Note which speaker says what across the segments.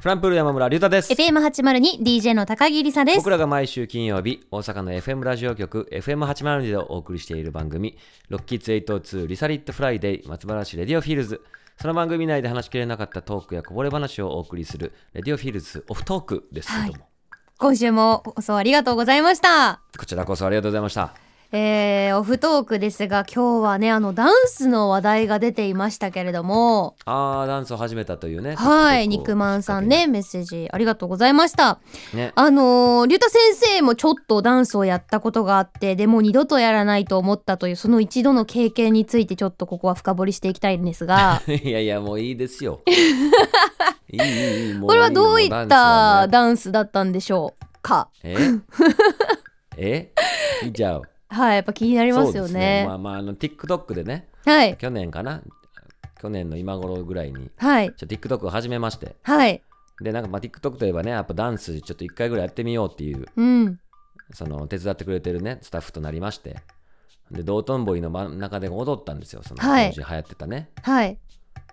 Speaker 1: フランプール山村隆太です
Speaker 2: FM802 DJ の高木梨沙です
Speaker 1: 僕らが毎週金曜日大阪の FM ラジオ局 FM802 でお送りしている番組「ロッキーズ802リサリットフライデー松原市レディオフィールズ」その番組内で話しきれなかったトークやこぼれ話をお送りする「レディオフィールズオフトーク」ですけども、
Speaker 2: 今週も放送ありがとうございました
Speaker 1: こちらこそありがとうございました
Speaker 2: えー、オフトークですが今日はねあのダンスの話題が出ていましたけれども
Speaker 1: あーダンスを始めたというね
Speaker 2: はい
Speaker 1: 結構
Speaker 2: 肉まんさんねメッセージありがとうございました
Speaker 1: ね
Speaker 2: あのー、竜太先生もちょっとダンスをやったことがあってでもう二度とやらないと思ったというその一度の経験についてちょっとここは深掘りしていきたいんで すが
Speaker 1: いやいやもういいです よいいいいいいもう
Speaker 2: これはどういっ
Speaker 1: もうダンスは
Speaker 2: た
Speaker 1: ね
Speaker 2: ダンスだったんでしょうか
Speaker 1: ええじゃあ
Speaker 2: はいやっぱ気になりま
Speaker 1: そう
Speaker 2: す
Speaker 1: で
Speaker 2: よ
Speaker 1: すね
Speaker 2: ね
Speaker 1: まあまああの TikTok でね
Speaker 2: はい
Speaker 1: 去年かな去年の今頃ぐらいに
Speaker 2: はい
Speaker 1: ちょっと TikTok を始めまして
Speaker 2: はい
Speaker 1: でなんかまあ TikTok といえばねやっぱダンスちょっと一回ぐらいやってみようっていう
Speaker 2: うん
Speaker 1: その手伝ってくれてるねスタッフとなりましてで道頓堀の真ん中で踊ったんですよその当
Speaker 2: はい
Speaker 1: 時流行ってたね、
Speaker 2: はい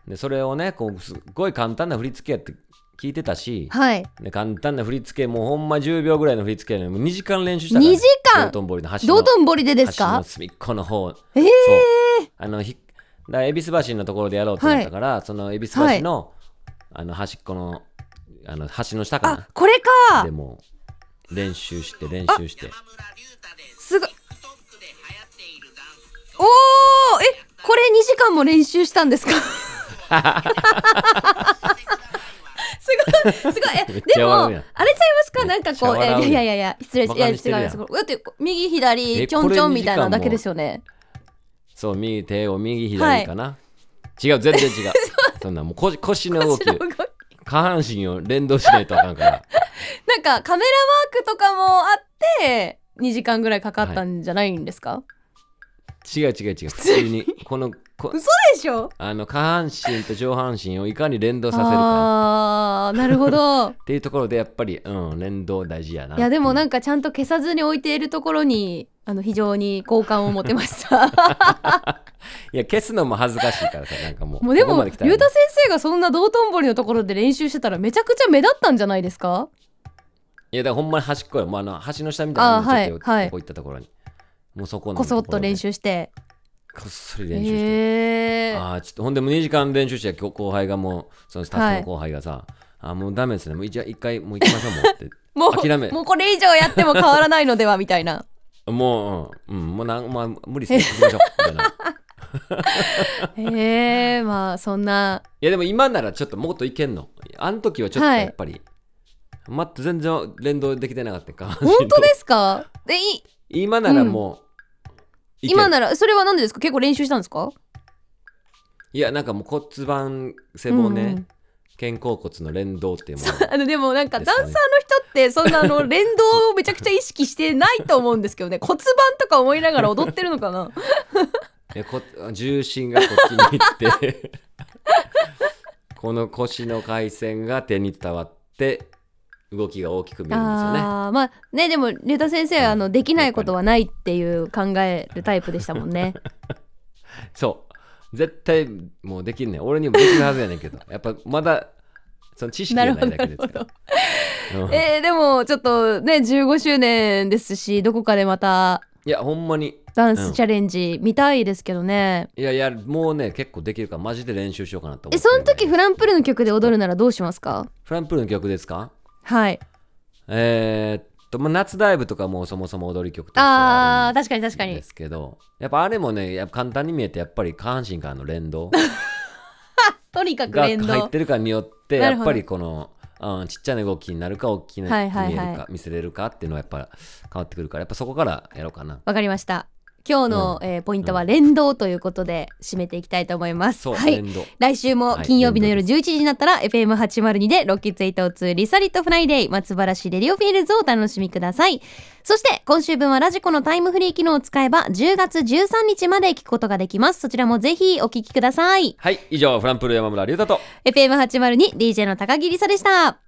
Speaker 1: でそれをねこうすっごい簡単な振り付けやって聞いてたし、
Speaker 2: はい
Speaker 1: で簡単な振り付けもうほんま10秒ぐらいの振り付けやのにもう2時間練習したから、
Speaker 2: 2時間
Speaker 1: 道頓堀の橋の
Speaker 2: 道頓堀でです
Speaker 1: 橋の
Speaker 2: か
Speaker 1: 隅っこの方
Speaker 2: えー、
Speaker 1: そうあのひだから恵比寿橋のところでやろうと思ったから、その恵比寿橋の,、あの端っこのあの橋の下
Speaker 2: あ
Speaker 1: か
Speaker 2: これ
Speaker 1: な
Speaker 2: か
Speaker 1: でもう練習して練習して
Speaker 2: すごいおおえこれ2時間も練習した んですかす
Speaker 1: めっちゃ笑う
Speaker 2: ごいすごいえでもあれち
Speaker 1: やん
Speaker 2: ゃいますかなんかこう
Speaker 1: めっちゃ笑うやん
Speaker 2: えいやいやいや失礼
Speaker 1: バ
Speaker 2: い
Speaker 1: カ
Speaker 2: や違い
Speaker 1: にしてるやん
Speaker 2: ますだって右
Speaker 1: え
Speaker 2: 左ちょ
Speaker 1: こ
Speaker 2: ん
Speaker 1: れ
Speaker 2: ちょん
Speaker 1: 二
Speaker 2: み
Speaker 1: 時
Speaker 2: た
Speaker 1: 間
Speaker 2: い
Speaker 1: も
Speaker 2: なだけですよね
Speaker 1: そう右手を右左かな、違う 全然違うそんなもう腰腰の動き
Speaker 2: こち らも動き
Speaker 1: 下半身を連動しないとあかんから
Speaker 2: なんかカメラワークとかもあって2時間ぐらいかかったんじゃないんですか、
Speaker 1: 違う違う違う普通にこのこ
Speaker 2: でしょ
Speaker 1: あの下半身と上半身をいかに連動させるか
Speaker 2: あーなるほ ど
Speaker 1: っていうところでやっぱりうん連動大事やない
Speaker 2: いやでもなん
Speaker 1: か
Speaker 2: んかちゃんと消さずに置いているところにあの非常に好感を持てました
Speaker 1: いや消すのも恥ずかしいからさなんかもう
Speaker 2: もうで
Speaker 1: ここ
Speaker 2: も
Speaker 1: ま
Speaker 2: 竜
Speaker 1: 来たらね
Speaker 2: 太先生がそんな道頓堀のところで練習してたらめちゃくちゃ目立ったんじゃないですか
Speaker 1: いやだからほんまに端っこよもうあの橋の下みたいなの
Speaker 2: あー
Speaker 1: ちょっと
Speaker 2: はいはい
Speaker 1: ここ行ったところに、もうそこの
Speaker 2: こそっと練
Speaker 1: と
Speaker 2: 習して
Speaker 1: ころでこっそり
Speaker 2: へ
Speaker 1: 練習して、
Speaker 2: えー、
Speaker 1: ああちょっとほんでもう2時間練習して今日後輩がもうそのスタッフの後輩がさ、あーもうダメですねもう一一回もう行きましょうもうって
Speaker 2: も
Speaker 1: 諦め
Speaker 2: うもうこれ以上やっても変わらないのではみたい な
Speaker 1: もううん、うん、もうなん、まあ、無理ですね行きましょう みたいな
Speaker 2: へえー、まあそんな い
Speaker 1: やでも今ならちょっともっといけんのあの時はちょっとやっぱり、また全然連動できてなかったか
Speaker 2: 本当ですかでい
Speaker 1: 今ならもう、いける
Speaker 2: 今ならそれは何でですか結構練習したんですか
Speaker 1: いやなんかもう骨盤背骨、
Speaker 2: うんうん
Speaker 1: 肩甲骨の連動っていうもの
Speaker 2: あのでもなんか
Speaker 1: です
Speaker 2: ダ
Speaker 1: かね
Speaker 2: ンサーの人ってそんなあ の連動をめちゃくちゃ意識してないと思うんですけどね骨盤とか思いながら踊ってるのか な
Speaker 1: いやこ重心がこっちに行って この腰の回線が手に伝わって動きが大きく見えるんですよね。
Speaker 2: あーまあねでも竜太先生はあのできないことはないっていう考えるタイプでしたも んね
Speaker 1: そう絶対もうできんねん俺にもできるはずやねんけどやっぱまだその知識
Speaker 2: な
Speaker 1: がな
Speaker 2: る
Speaker 1: いだけ
Speaker 2: ほどなる
Speaker 1: で
Speaker 2: ほ
Speaker 1: すけ
Speaker 2: ど
Speaker 1: ど。うん
Speaker 2: えー、でもちょっとね15周年ですしどこかでまた
Speaker 1: いやほんまに
Speaker 2: ダン
Speaker 1: う
Speaker 2: ス
Speaker 1: ん
Speaker 2: チャレンジ見たいですけどね、
Speaker 1: いやいやもうね結構できるからマジで練習しようかなと思
Speaker 2: え
Speaker 1: ってる
Speaker 2: そ
Speaker 1: ん
Speaker 2: の
Speaker 1: で
Speaker 2: 時フランプールの曲で踊るならどうしますか
Speaker 1: フランプールの曲ですか
Speaker 2: はい
Speaker 1: えーっと、まあ、夏ダイブとかもそもそも踊り曲としては
Speaker 2: あ
Speaker 1: あ
Speaker 2: ー確かに確か
Speaker 1: るん
Speaker 2: に
Speaker 1: ですけどやっぱあれもねやっぱ簡単に見えてやっぱり下半身からの連 動
Speaker 2: とにかく
Speaker 1: が
Speaker 2: 連
Speaker 1: 入っ
Speaker 2: 動
Speaker 1: てるかによって
Speaker 2: な
Speaker 1: や
Speaker 2: るほ
Speaker 1: っ
Speaker 2: ど
Speaker 1: ぱりこの、うん、ちっちゃな動きになるか大きな
Speaker 2: は
Speaker 1: 見え
Speaker 2: い
Speaker 1: るか、
Speaker 2: はいはい
Speaker 1: 見せれるかっていうのはやっぱ変わってくるからやっぱそこからやろうかな
Speaker 2: わかりました。今日の、
Speaker 1: う
Speaker 2: えーポイントは連動ということで締めていきたいと思います。
Speaker 1: そう、
Speaker 2: はい。
Speaker 1: 連動
Speaker 2: 来週も
Speaker 1: はい
Speaker 2: 金曜日の夜
Speaker 1: 連
Speaker 2: 11時になったら FM802 でロッキーツイート2リサリットフライデー松原市レディオフィールズをお楽しみください。そして今週分はラジコのタイムフリー機能を使えば10月13日まで聞くことができます。そちらもぜひお聞きください。
Speaker 1: はい以上フランプール山村隆太と
Speaker 2: FM802DJ の高木梨沙でした。